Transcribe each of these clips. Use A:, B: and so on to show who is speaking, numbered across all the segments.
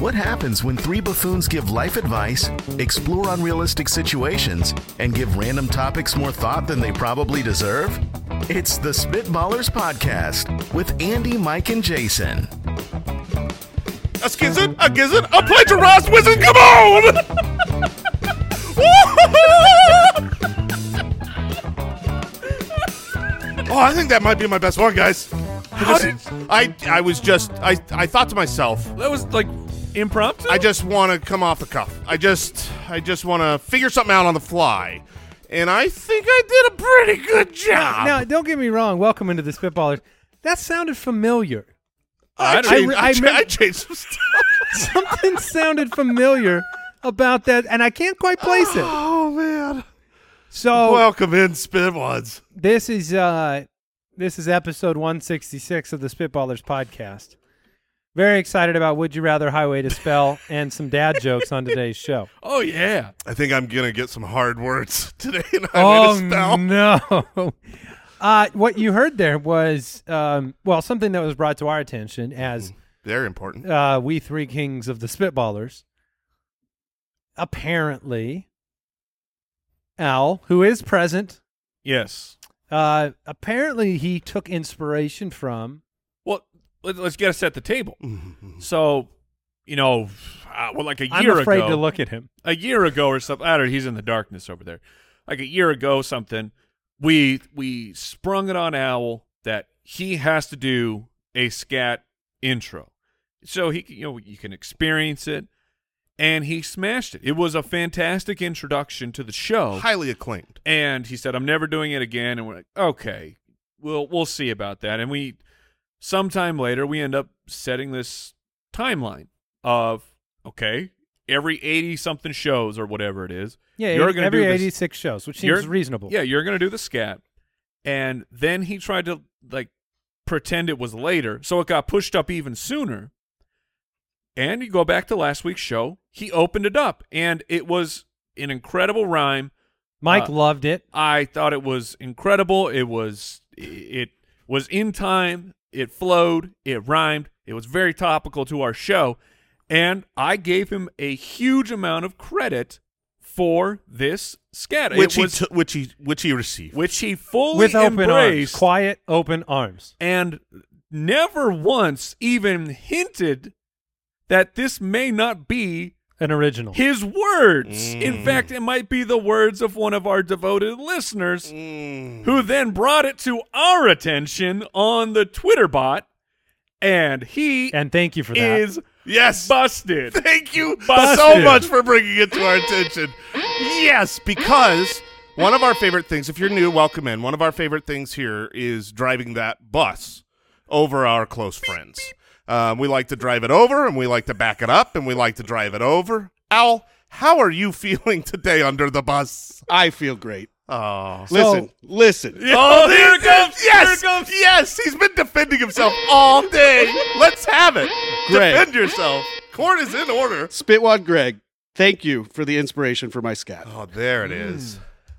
A: What happens when three buffoons give life advice, explore unrealistic situations, and give random topics more thought than they probably deserve? It's the Spitballers Podcast with Andy, Mike, and Jason.
B: A skizzin, a gizzin, a plagiarized whizzin, come on! oh, I think that might be my best one, guys.
C: How did-
B: I, I was just, I, I thought to myself,
C: That was like impromptu.
B: I just want to come off the cuff. I just, I just want to figure something out on the fly. And I think I did a pretty good job.
D: Now, don't get me wrong. Welcome into the Spitballers. That sounded familiar.
B: I,
C: don't-
B: changed,
D: I-
B: I,
D: I
B: cha-
D: meant-
B: I changed some stuff.
D: Something sounded familiar about that, and I can't quite place it.
B: Oh, man.
D: So
B: Welcome in, Spitwads.
D: this is uh, this is episode 166 of the Spitballers podcast. Very excited about Would You Rather Highway to Spell and some dad jokes on today's show.
C: oh yeah.
B: I think I'm gonna get some hard words today. And I
D: Oh
C: Um,
B: made a spell.
D: no! Uh, what you heard there was um, well something that was brought to our attention as
B: They're important.
D: uh, we three kings of the spitballers. Apparently, Al, who is present,
C: Yes.
D: uh, apparently he took inspiration from.
C: Well, let, us get to set the table.
B: Mm-hmm.
C: So, you know, uh, well, like a
D: I'm
C: year
D: afraid
C: ago,
D: to look at him.
C: a year ago or something. I don't. know, He's in the darkness over there. Like a year ago, something. We we sprung it on Owl that he has to do a scat intro, so he can- you know you can experience it, and he smashed it. It was a fantastic introduction to the show.
B: Highly acclaimed.
C: and he said, "I'm never doing it again." And we're like, "Okay, we'll we'll see about that." And we, sometime later, we end up setting this timeline of okay, every eighty something shows or whatever it is,
D: Yeah,
C: You're
D: every-
C: gonna
D: every
C: do this-
D: 86 shows, which
C: you're-
D: seems reasonable.
C: Yeah, you're gonna do the scat, and then he tried to like pretend it was later, so it got pushed up even sooner. And you go back to last week's show, he opened it up, and it was an incredible rhyme.
D: Mike
C: Uh,
D: loved it.
C: I thought it was incredible. It was it was in time. It flowed. It rhymed. It was very topical to our show, and I gave him a huge amount of credit for this scat, It
B: Which he,
C: was-
B: t- which he which he received.
C: which he fully
D: With open
C: embraced
D: arms, quiet open arms.
C: and never once even hinted that this may not be
D: An original.
C: his words. In
B: Mm.
C: fact, it might be the words of one of our devoted listeners
B: Mm.
C: who then brought it to our attention on the Twitter bot, and he
D: and thank you for that.
C: is
B: Yes.
C: busted.
B: Thank you
C: Busted.
B: so much for bringing it to our attention. Yes, because one of our favorite things, if you're new, welcome in. One of our favorite things here is driving that bus over our close friends. Um, we like to drive it over, and we like to back it up, and we like to drive it over. Al, how are you feeling today under the bus?
E: I feel great.
B: Oh,
E: Listen, listen.
C: Oh, there it comes.
B: Yes,
C: There it goes.
B: yes, he's been defending himself all day. Let's have it.
E: Greg.
B: Defend yourself. Court is in order.
E: Spitwad Greg, thank you for the inspiration for my scat.
B: Oh, there it
D: Mm.
B: is.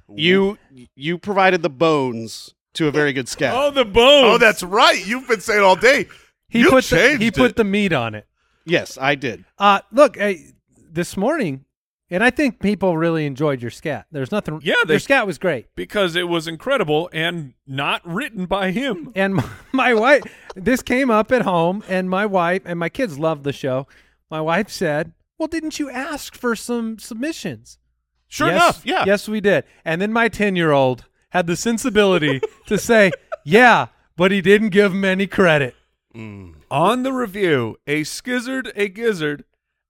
E: You you provided the bones to a very good scat.
C: Oh, the bones.
B: Oh, that's right. You've been saying all day.
D: he
B: you
D: put the,
B: changed
D: he put
B: it.
D: the meat on it.
E: Yes, I did.
D: Uh, look, I, this morning, and I think people really enjoyed your scat. There's nothing.
C: Yeah, they-
D: your scat was great.
C: because it was incredible and not written by him.
D: And my, my wife, this came up at home, and my wife and my kids loved the show. My wife said, "Well, didn't you ask for some submissions?"
B: Sure
D: Yes-
B: enough, yeah.
D: Yes, we did. And then my ten-year-old had the sensibility to say, "Yeah, but he didn't give him any credit."
C: On the review, a skizzard, a gizzard.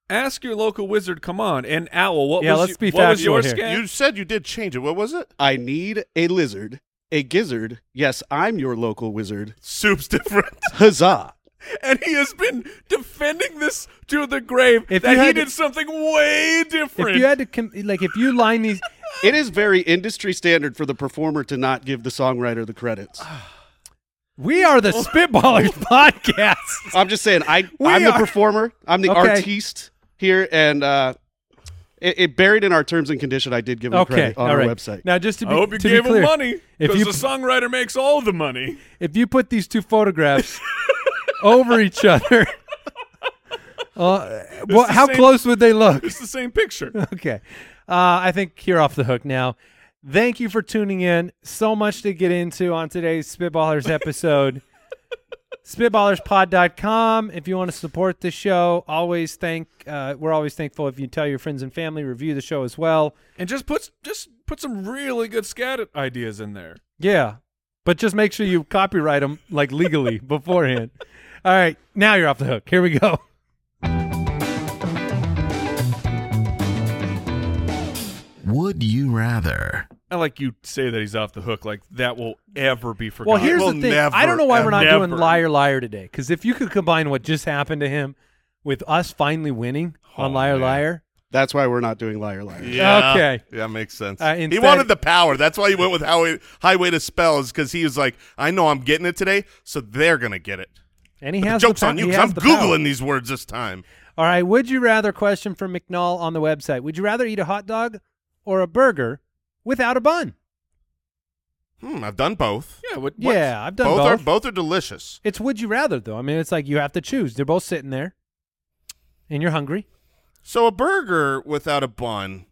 C: Ask your local wizard. Come on, and owl. What
D: Yeah,
C: was
D: let's
C: you-
D: be
C: what was
D: factual
C: your
D: here.
C: scan?
B: You said you did change it. What was it?
E: I need a lizard a gizzard. Yes, I'm your local wizard.
B: Soup's different.
E: Huzzah!
C: and he has been defending this to the grave
D: If
C: that
D: you
C: he
D: had to-
C: did something way different.
D: If you had to, com- like, if you line these,
E: It is very industry standard for the performer to not give the songwriter the credits.
D: we are the Spitballers podcast.
E: I'm just saying, I
D: We
E: I'm the
D: are-
E: performer. I'm the
D: Okay.
E: artiste here, and uh, it, it buried in our terms and condition. I did give him
D: Okay,
E: credit on
D: all
E: our
D: right.
E: website.
D: Now, just to
C: I
D: be,
C: hope you
D: to be
C: gave
D: clear,
C: him money
D: If
C: because
D: you
C: the songwriter makes all the money.
D: if you put these two photographs over each other, uh, well,
C: the
D: how
C: same-
D: close would they look?
C: It's the same picture.
D: Okay. Uh, I think you're off the hook now. Thank you for tuning in. So much to get into on today's Spitballers episode. Spitballerspod.com. If you want to support the show, always thank. Uh, we're always thankful if you tell your friends and family, review the show as well.
C: And just put just put some really good scat ideas in there.
D: Yeah, but just make sure you copyright them like legally beforehand. All right, now you're off the hook. Here we go.
A: Would you rather?
C: I like you say that he's off the hook. Like that will ever be forgotten.
D: Well, here's
B: will
D: the thing.
B: never,
D: I don't know why we're not
C: ever-
D: doing liar liar today. Because if you could combine what just happened to him with us finally winning on
C: Oh,
D: liar
C: man.
D: liar,
E: That's why we're not doing liar liar.
B: Yeah.
D: Okay.
B: Yeah, makes sense.
D: Uh,
B: he
D: instead-
B: wanted the power. That's why he went with highway, highway to spells because he was like, I know I'm getting it today, so they're gonna get it.
D: and he
B: But the
D: has
B: joke's
D: the, pow-
B: on you
D: he
B: 'cause
D: has
B: I'm
D: the
B: googling
D: power.
B: these words this time.
D: All right, would you rather question from McNall on the website? Would you rather eat a hot dog or a burger without a bun?
B: Hmm, I've done both.
C: yeah, what, what-
D: Yeah, I've done both.
B: are both are delicious.
D: It's would you rather though. I mean, it's like you have to choose. They're both sitting there, and you're hungry.
B: So a burger without a bun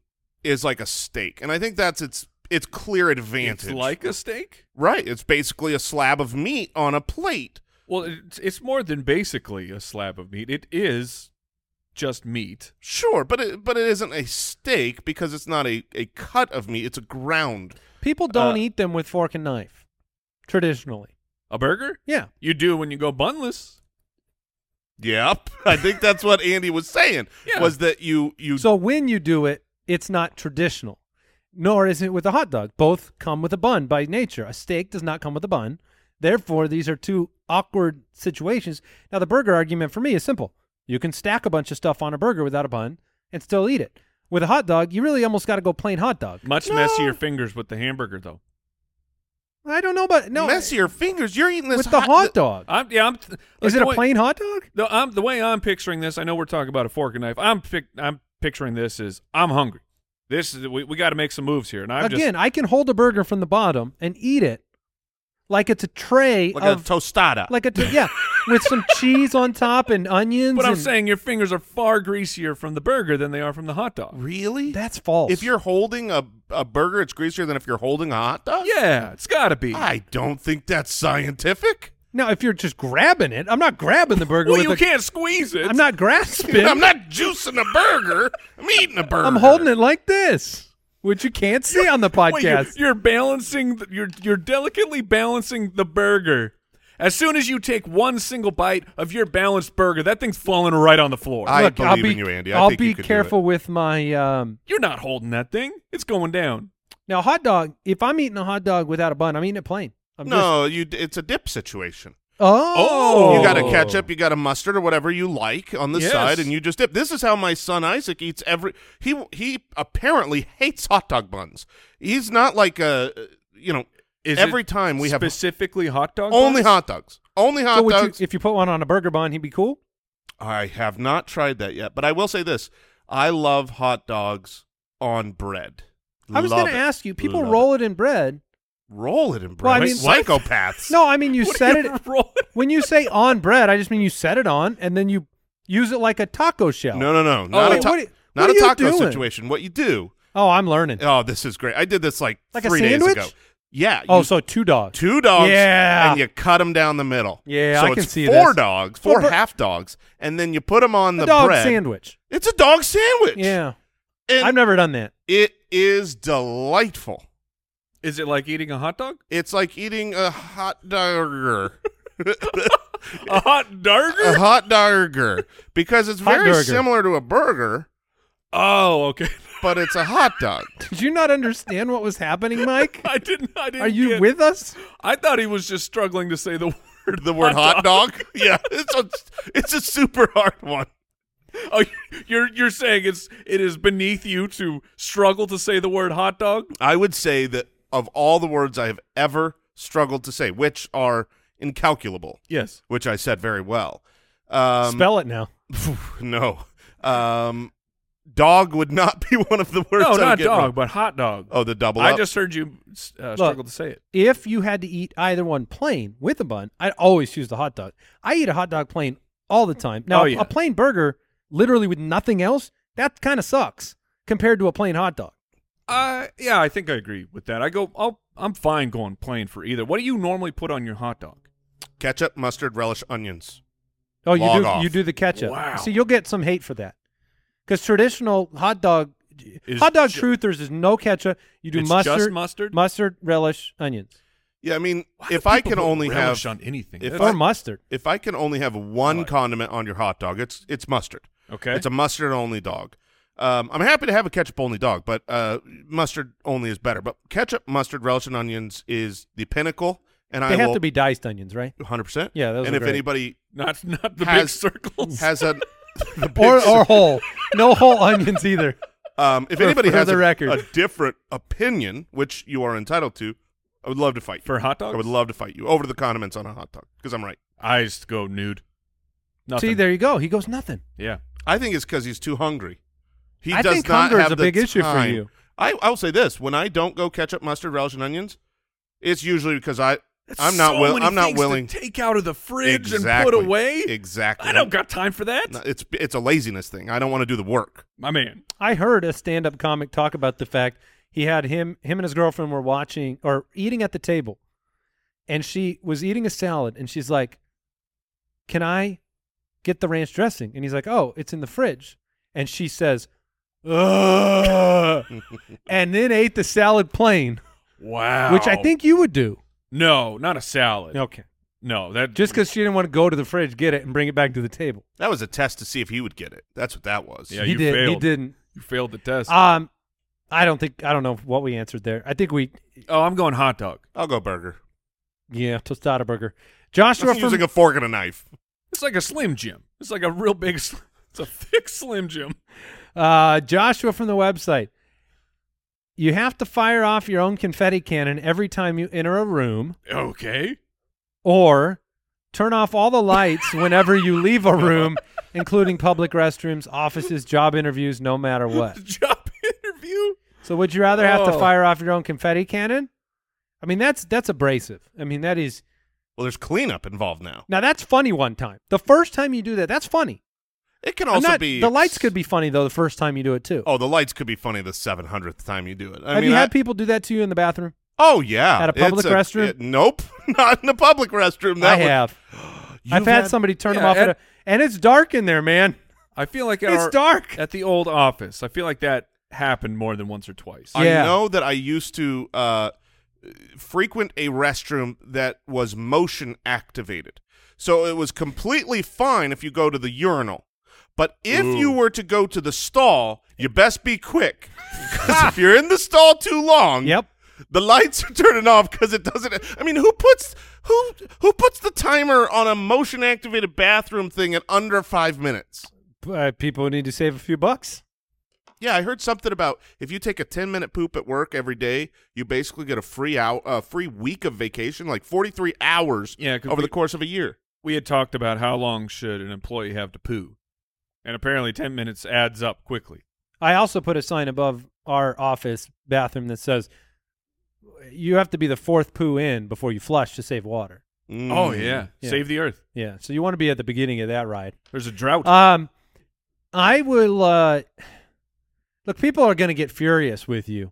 B: is like a steak, and I think that's its its clear advantage.
C: It's like a steak.
B: right, it's basically a slab of meat on a plate.
C: Well, it's, it's more than basically a slab of meat. It is just meat.
B: Sure, but it, but it isn't a steak because it's not a, a cut of meat. It's a ground.
D: People don't
C: Uh,
D: eat them with fork and knife, traditionally.
C: A burger?
D: Yeah.
C: You do when you go bunless.
B: Yep, I think that's what Andy was saying.
C: Yeah.
B: Was that you you
D: So when you do it, it's not traditional, nor is it with a hot dog. Both come with a bun by nature. A steak does not come with a bun. Therefore, these are two awkward situations. Now, the burger argument for me is simple. You can stack a bunch of stuff on a burger without a bun and still eat it. With a hot dog, you really almost got to go plain hot dog.
C: Much
B: No.
C: messier fingers with the hamburger, though.
D: I don't know, but no.
B: mess your fingers? You're eating this
D: with the hot dog.
C: I'm yeah. I'm th-
D: is
C: like,
D: it a
C: the way-
D: plain hot dog?
C: No, I'm the way I'm picturing this. I know we're talking about a fork and knife. I'm pic- I'm picturing this as I'm hungry. This is we, we got to make some moves here, and I'm
D: Again, I can hold a burger from the bottom and eat it like it's a tray
B: like
D: of
B: a tostada.
D: like a t- yeah, with some cheese on top and onions.
C: just. But I'm
D: and-
C: saying your fingers are far greasier from the burger than they are from the hot dog.
B: really?
D: that's false.
B: if you're holding a, a burger, it's greasier than if you're holding a hot dog.
C: Yeah, it's got to be.
B: I don't think that's scientific.
D: now, if you're just grabbing it, I'm not grabbing the burger.
C: well,
D: with
C: you
D: a-
C: can't squeeze it.
D: I'm not grasping.
B: I'm not juicing a burger. I'm eating a burger.
D: I'm holding it like this, which you can't see on the
C: Wait, you're,
D: podcast.
C: you're balancing. The, you're you're delicately balancing the burger. As soon as you take one single bite of your balanced burger, that thing's falling right on the floor.
B: I
D: Look, I'll
B: believe
D: be,
B: in you, Andy. I
D: will
B: think
D: be
B: you could do it.
D: careful with my um,
C: You're not holding that thing. It's going down.
D: now hot dog. If I'm eating a hot dog without a bun, I'm eating it plain. I'm Just,
B: no, you. d- It's a dip situation.
D: oh,
C: Oh.
B: You got a ketchup, you got a mustard, or whatever you like on the
C: Yes.
B: side, and you just dip. This is how my son Isaac eats every. He he apparently hates hot dog buns. He's not like a you know.
C: Is
B: every
C: it
B: time we have
C: specifically hot dog.
B: only
C: buns?
B: hot dogs, only hot
D: So would you,
B: dogs.
D: if you put one on a burger bun, he'd be cool.
B: I have not tried that yet, but I will say this: I love hot dogs on bread.
D: I was
B: Love
D: going to
B: it.
D: ask you. People
B: Love
D: roll it. in bread.
B: roll it in bread.
D: Well, I mean-
B: psychopaths.
D: No, I mean you
C: What
D: said
C: are
D: it.
C: rolling?
D: When you say on bread, I just mean you set it on and then you use it like a taco shell.
B: no, no, no, not
D: Oh, wait,
B: a ta-
D: what are-
B: not
D: what are
B: a
D: you
B: taco
D: doing?
B: situation. What you do?
D: Oh, I'm learning.
B: Oh, this is great. I did this like,
D: Like a
B: three days
D: sandwich?
B: ago. Yeah.
D: oh,
B: you-
D: so two dogs.
B: two dogs.
D: Yeah.
B: And you cut them down the middle.
D: Yeah,
B: so
D: I can
B: it's
D: see
B: four
D: this.
B: dogs,
D: Four
B: four
D: bur-
B: half dogs, and then you put them on
D: a
B: the
D: dog
B: bread.
D: sandwich.
B: It's a dog sandwich.
D: Yeah,
B: and
D: I've never done that.
B: it is delightful.
C: Is it like eating a hot dog?
B: It's like eating a hot dog.
C: A hot dogger?
B: a hot dogger because it's
D: Hot
B: very
D: dogger.
B: similar to a burger,
C: Oh, okay.
B: but it's a hot dog.
D: Did you not understand what was happening, Mike?
C: I didn't. I didn't.
D: Are you
C: get-
D: with us?
C: I thought he was just struggling to say the word.
B: The word hot dog. Yeah, it's a it's a super hard one.
C: Oh, you're you're saying it's it is beneath you to struggle to say the word hot dog?
B: I would say that of all the words I have ever struggled to say, which are incalculable,
C: Yes.
B: which I said very well. Um,
D: Spell it now.
B: no, um, dog would not be one of the words. I
C: No,
B: would
C: not
B: get
C: dog,
B: wrong.
C: but hot dog.
B: Oh, the double.
C: I
B: up?
C: just heard you uh, struggle to say it.
D: If you had to eat either one plain with a bun, I'd always choose the hot dog. I eat a hot dog plain all the time. Now,
C: Oh, yeah.
D: a plain burger, literally with nothing else, that kind of sucks compared to a plain hot dog.
C: Uh, yeah, I think I agree with that. I go. I'll, I'm fine going plain for either. What do you normally put on your hot dog?
B: ketchup, mustard, relish, onions.
D: Oh, you
B: Log
D: do
B: off.
D: you do the ketchup.
C: Wow.
D: See, you'll get some hate for that because traditional hot dog,
C: Is
D: hot dog
C: ju-
D: truthers is no ketchup. You do
C: It's just
D: mustard,
C: mustard?
D: mustard, relish, onions,
B: Yeah, I mean,
C: Why do
B: if I
C: people
B: can
C: put
B: only
C: relish
B: have
C: on anything,
B: if
D: or
C: That's-
B: I-
D: mustard.
B: if I can only have one
C: Right.
B: condiment on your hot dog, it's it's mustard.
C: okay,
B: It's a mustard only dog. Um, I'm happy to have a ketchup only dog, but uh, mustard only is better. But ketchup, mustard, relish, and onions is the pinnacle, and
D: They
B: I
D: have
B: will
D: to be diced onions, right?
B: 100. percent
D: Yeah, those
B: and
D: are
B: if
D: great.
B: anybody
C: not not the big
B: has-
C: circles.
B: has a, the big
D: Or
B: cir-
D: or whole, no whole onions either.
B: um, if
D: for-
B: anybody
D: for
B: has
D: the
B: a,
D: record.
B: a different opinion, which you are entitled to, I would love to fight you.
C: For hot dogs?
B: I would love to fight you over the condiments on a hot dog because I'm right.
C: I just go nude. Nothing.
D: See, there you go. He goes nothing.
C: yeah.
B: I think it's because he's too hungry. He
D: I
B: does
D: think
B: not
D: hunger is
B: have
D: a
B: the
D: big issue for
B: time.
D: you.
B: I I will say this: when I don't go ketchup, mustard, relish, and onions, it's usually because I I'm not
C: so
B: willing.
C: many
B: I'm not
C: things to
B: willing.
C: take out of the fridge and
B: exactly.
C: put away.
B: Exactly.
C: I don't got time for that,
B: No, It's it's a laziness thing. I don't want to do the work.
C: my man.
D: I heard a stand-up comic talk about the fact he had him him and his girlfriend were watching or eating at the table, and she was eating a salad, and she's like, "Can I get the ranch dressing?" And he's like, "Oh, it's in the fridge," and she says, "Ugh," and then ate the salad plain,
C: Wow.
D: which I think you would do.
C: no, not a salad.
D: Okay,
C: no, that
D: just because she didn't want to go to the fridge, get it, and bring it back to the table.
B: That was a test to see if he would get it. That's what that was.
C: Yeah,
D: he
C: you
D: did. He
C: failed.
D: didn't.
C: you failed the test.
D: Um, I don't think I don't know what we answered there. I think we
C: oh, I'm going hot dog.
B: I'll go burger.
D: Yeah, tostada burger. Joshua
B: I'm
D: from
B: using a fork and a knife.
C: It's like a Slim Jim. It's like a real big, sl- it's a thick Slim Jim.
D: uh, Joshua from the website. You have to fire off your own confetti cannon every time you enter a room,
C: Okay.
D: or turn off all the lights whenever you leave a room, including public restrooms, offices, job interviews, no matter what.
C: Job interview.
D: So, would you rather have to
C: Oh.
D: fire off your own confetti cannon? I mean, that's that's abrasive. I mean, that is
B: Well, there's cleanup involved now.
D: now that's funny one time. The first time you do that, that's funny.
B: It can
D: I'm
B: also
D: not-
B: be
D: the lights could be funny though. The first time you do it too.
B: Oh, the lights could be funny the seven hundredth time you do it. I
D: have
B: mean,
D: you
B: I-
D: had people do that to you in the bathroom?
B: Oh yeah,
D: At a public
B: It's
D: restroom?
B: it- nope, not in a public restroom. That
D: I
B: would-
D: have. I've
B: You've
D: had, somebody turn them
C: yeah,
D: off, at
C: and-
D: a, and it's dark in there, man.
C: I feel like at
D: It's
C: our-
D: dark.
C: at the old office. I feel like that happened more than once or twice.
D: I- Yeah.
B: I know that I used to uh, frequent a restroom that was motion activated, so it was completely fine if you go to the urinal. But if
C: Ooh.
B: you were to go to the stall, you best be quick. 'Cause if you're in the stall too long,
D: Yep.
B: the lights are turning off because it doesn't. I mean, who puts who who puts the timer on a motion activated bathroom thing at under five minutes?
D: Uh, people need to save a few bucks.
B: Yeah, I heard something about if you take a ten minute poop at work every day, you basically get a free out, a free week of vacation, like forty three hours.
C: Yeah, 'cause
B: over
C: we-
B: the course of a year.
C: we had talked about how long should an employee have to poo, and apparently ten minutes adds up quickly.
D: I also put a sign above our office bathroom that says, "You have to be the fourth poo in before you flush to save water."
C: Oh yeah.
D: Mm. Yeah.
C: save the earth.
D: Yeah, so you want to be at the beginning of that ride.
C: There's a drought.
D: Um, I will. Uh, look, people are going to get furious with you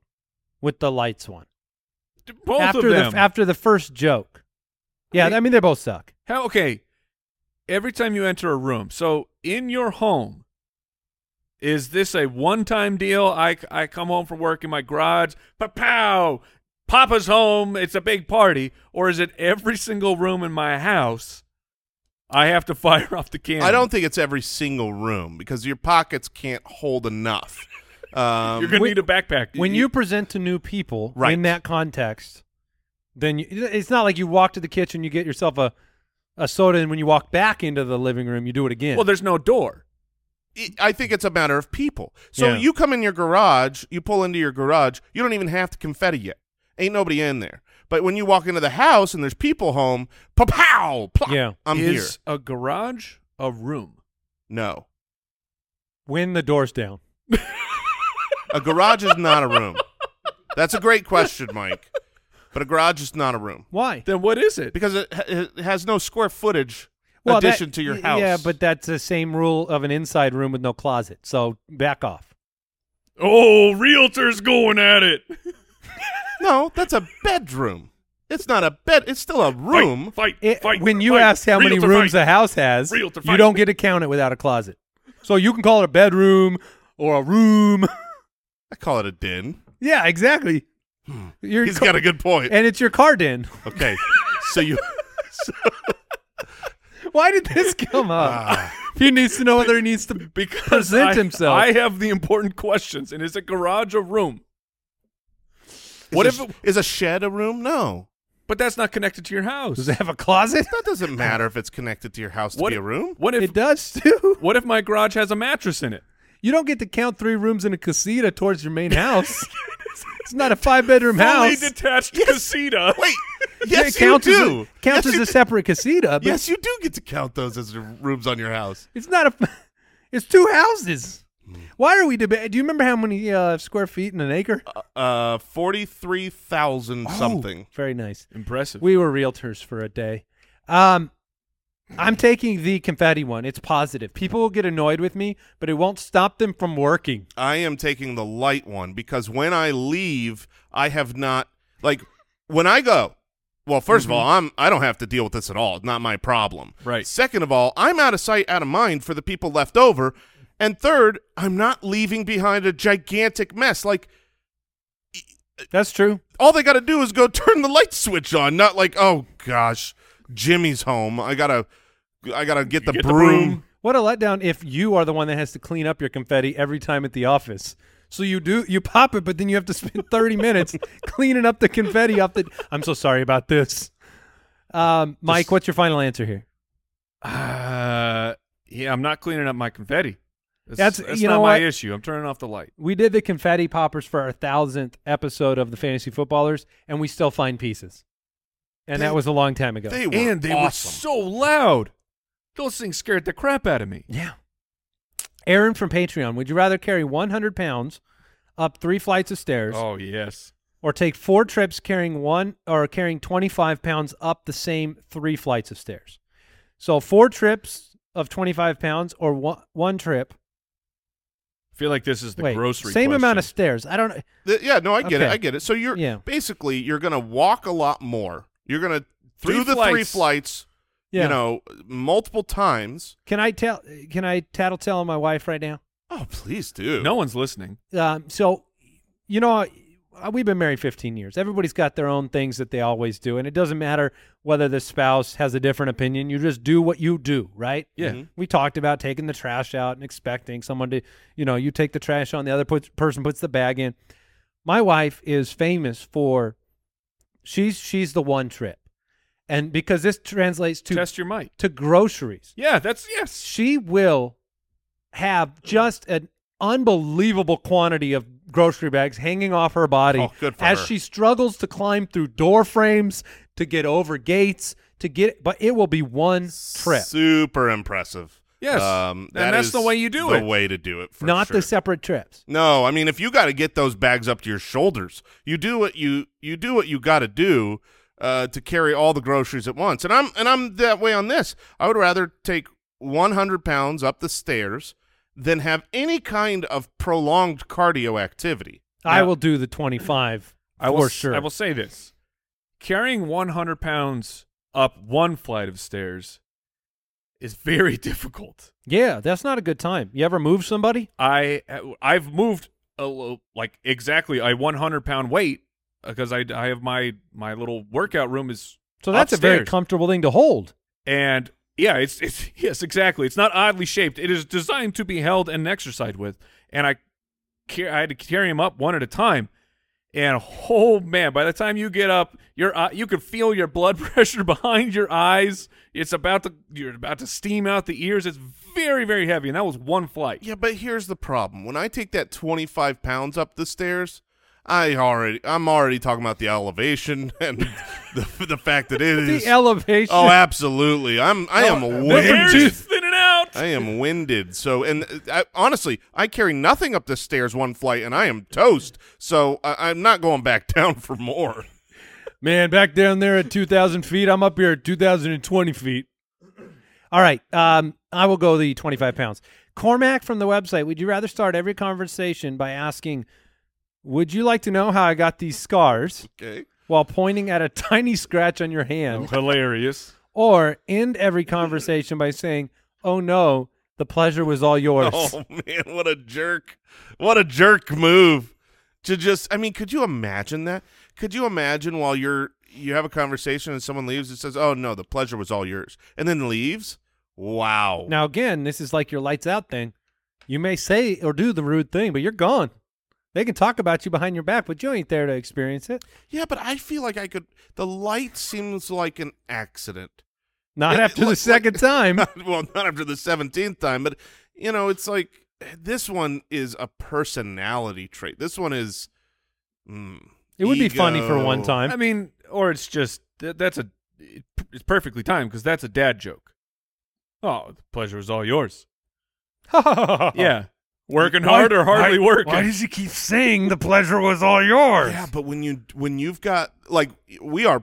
D: with the lights one
C: D- Both
D: after
C: of them.
D: The, after the first joke. Yeah,
C: Hey.
D: I mean they both suck.
C: how okay? Every time you enter a room, so in your home, is this a one-time deal? I I come home from work in my garage, pow, Papa's home. It's a big party, or is it every single room in my house? I have to fire off the cannon.
B: I don't think it's every single room because your pockets can't hold enough. Um,
C: You're gonna
D: When-
C: need a backpack
D: when you present to new people
B: Right.
D: in that context, then you, it's not like you walk to the kitchen, you get yourself a a soda, and when you walk back into the living room, you do it again.
C: Well, there's no door.
B: it- I think it's a matter of people. So
D: Yeah.
B: you come in your garage, you pull into your garage, you don't even have to confetti yet. Ain't nobody in there. But when you walk into the house and there's people home, pow pow, plop,
D: Yeah.
B: I'm here.
C: Is a garage a room?
B: No,
D: when the door's down,
B: a garage is not a room. That's a great question, Mike. But a garage is not a room
D: why?
C: Then what is it?
B: because it, ha- it has no square footage
D: Well, that-
B: addition to your
D: y-
B: house.
D: Yeah, but that's the same rule of an inside room with no closet. So back off.
C: Oh, realtors going at it.
B: no, that's a bedroom. It's not a bed. It's still a room.
C: Fight. fight,
D: It-
C: fight
D: when you
C: fight,
D: ask how many
C: realtor
D: rooms
C: fight.
D: a house has,
C: Realtor
D: you
C: fight.
D: don't get to count it without a closet. So you can call it a bedroom or a room.
B: I call it a den.
D: yeah, exactly. You're
B: Hmm. He's got a good point.
D: and it's your car den.
B: Okay, so you.
D: Why did this come up? he needs to know whether he needs to
C: because
D: present
C: I-
D: himself.
C: I have the important questions. And is a garage a room? What
B: is
C: if?
B: a, is a shed a room? No,
C: but that's not connected to your house.
D: Does it have a closet?
B: that doesn't matter if it's connected to your house to
C: what
B: be a room.
C: What if?
D: It does too.
C: What if my garage has a mattress in it?
D: You don't get to count three rooms in a casita towards your main house. it's not a five bedroom
C: Fully
D: house.
C: detached casita.
B: Wait,
D: Yeah,
B: yes,
D: it
B: you
D: counts as a-
B: do. yes,
D: counts as
B: you
D: a
B: do.
D: separate casita, but
B: Yes, you do get to count those as r- rooms on your house.
D: it's not a. It's two houses. Why are we debating? Do you remember how many uh, square feet in an acre?
B: Uh, forty-three thousand
C: Oh.
B: something.
D: Very nice.
C: Impressive.
D: We were realtors for a day. Um, I'm taking the confetti one. It's positive. People will get annoyed with me, but it won't stop them from working.
B: I am taking the light one because when I leave, I have not like when I go. Well, 1st of all, I'm I don't have to deal with this at all. It's not my problem.
C: Mm-hmm. Right.
B: Second of all, I'm out of sight, out of mind for the people left over. And third, I'm not leaving behind a gigantic mess. Like
D: That's true.
B: all they got to do is go turn the light switch on. Not like, oh gosh, Jimmy's home. I gotta, I gotta get the,
C: Get the
B: broom.
C: broom.
D: What a letdown if you are the one that has to clean up your confetti every time at the office. So you do you pop it, but then you have to spend thirty minutes cleaning up the confetti off the. I'm so sorry about this, um, Mike. what's your final answer here?
C: Uh, yeah, I'm not cleaning up my confetti. That's,
D: That's-
C: that's
D: you
C: not
D: know
C: my
D: what?
C: issue. I'm turning off the light.
D: We did the confetti poppers for our thousandth episode of the Fantasy Footballers, and we still find pieces. And that was a long time ago.
B: They were
C: And they
B: awesome.
C: were so loud. Those things scared the crap out of me.
D: yeah. Aaron from Patreon, would you rather carry 100 pounds up three flights of stairs?
C: Oh yes.
D: or take four trips carrying one or carrying 25 pounds up the same three flights of stairs. So four trips of 25 pounds or one, one trip.
C: I feel like this is the
D: wait,
C: grocery.
D: same amount of
C: question.
D: stairs. I don't.
B: Th- yeah, no, I get it.
D: Okay.
B: I get it. So you're
D: Yeah.
B: basically you're gonna walk a lot more. You're gonna
C: Three
B: do the three
C: flights.
B: flights,
D: Yeah.
B: you know, multiple times.
D: Can I tell? Can I tattle tale on my wife right now?
B: Oh, please do.
C: No one's listening.
D: Um, so, you know, uh, we've been married 15 years. Everybody's got their own things that they always do, and it doesn't matter whether the spouse has a different opinion. You just do what you do, right?
C: Yeah. Mhm.
D: We talked about taking the trash out and expecting someone to, you know, you take the trash on, the other puts, person puts the bag in. My wife is famous for she's she's the one trip, and because this translates to
C: Test your mic.
D: to groceries
C: Yeah, that's yes.
D: she will have just an unbelievable quantity of grocery bags hanging off her body
B: Oh, good for
D: as
B: her.
D: she struggles to climb through door frames to get over gates to get but it will be one trip
B: Super impressive. Um,
C: Yes. And
B: that
C: that's
B: is
C: the way you do it.
B: The way to do it. For
D: not
B: sure.
D: the separate trips
B: No, I mean if you got to get those bags up to your shoulders, you do what you you do what you got to do uh, to carry all the groceries at once. And I'm and I'm that way on this. I would rather take 100 pounds up the stairs than have any kind of prolonged cardio activity.
D: i
C: Now-
D: will do the 25
C: I will,
D: for
C: s-
D: sure
C: I will say this: carrying 100 pounds up one flight of stairs is very difficult.
D: yeah that's not a good time you ever move somebody
C: I I've moved a lo- like exactly a 100 pound weight because I I have my my little workout room is
D: so that's a very
C: upstairs.
D: comfortable thing to hold
C: and Yeah, it's, it's yes, exactly. It's not oddly shaped. It is designed to be held and exercised with. And I, ca- I had to carry him up one at a time. And oh man, by the time you get up, your eye you can feel your blood pressure behind your eyes. It's about to you're about to steam out the ears. It's very very heavy, and that was one flight.
B: Yeah, but here's the problem. When I take that 25 pounds up the stairs, I already I'm already talking about the elevation and the, the fact that it is
D: The elevation.
B: Oh, absolutely. I'm I am
C: The air
B: winded.
C: is thinning out.
B: I am winded. So and uh, I, honestly, I carry nothing up the stairs one flight and I am toast. So I, I'm not going back down for more.
D: Man, back down there at 2,000 feet, I'm up here at 2,020 feet. All right, um, I will go the 25 pounds. Cormac from the website, would you rather start every conversation by asking, Would you like to know how I got these scars?
B: Okay.
D: while pointing at a tiny scratch on your hand,
C: Hilarious.
D: or end every conversation by saying, Oh no, the pleasure was all yours.
B: Oh man, what a jerk. What a jerk move. To just I mean, could you imagine that? Could you imagine while you're you have a conversation and someone leaves and says, "Oh no, the pleasure was all yours." And then leaves? Wow.
D: Now, again, this is like your lights out thing. You may say or do the rude thing, but you're gone. They can talk about you behind your back, but you ain't there to experience it.
B: yeah, but I feel like I could the light seems like an accident.
D: Not
B: Yeah,
D: after the
B: like-
D: second time.
B: well, not after the 17th time, but you know, it's like this one is a personality trait. This one is mm,
D: It would be funny for one
B: ego.
D: time.
C: I mean, or it's just that, that's a it, it's perfectly timed because that's a dad joke. Oh, the pleasure is all yours.
D: Oh.
C: Yeah, working hard or hardly working.
D: does he keep saying the pleasure was all yours?
B: Yeah, but when you when you've got like we are,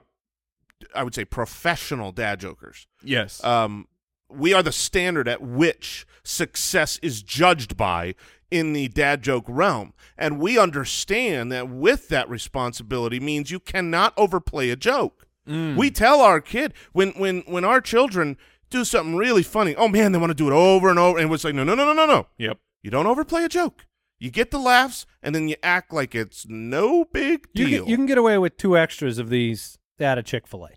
B: I would say professional dad jokers.
C: yes.
B: Um, we are the standard at which success is judged by in the dad joke realm, and we understand that with that responsibility means you cannot overplay a joke.
D: Mm.
B: We tell our kid when when when our children do something really funny. Oh man, they want to do it over and over, and we're like, no, no, no, no, no, no.
C: yep.
B: You don't overplay a joke. You get the laughs, and then you act like it's no big
D: You
B: deal.
D: can, you can get away with two extras of these at a Chick fil A.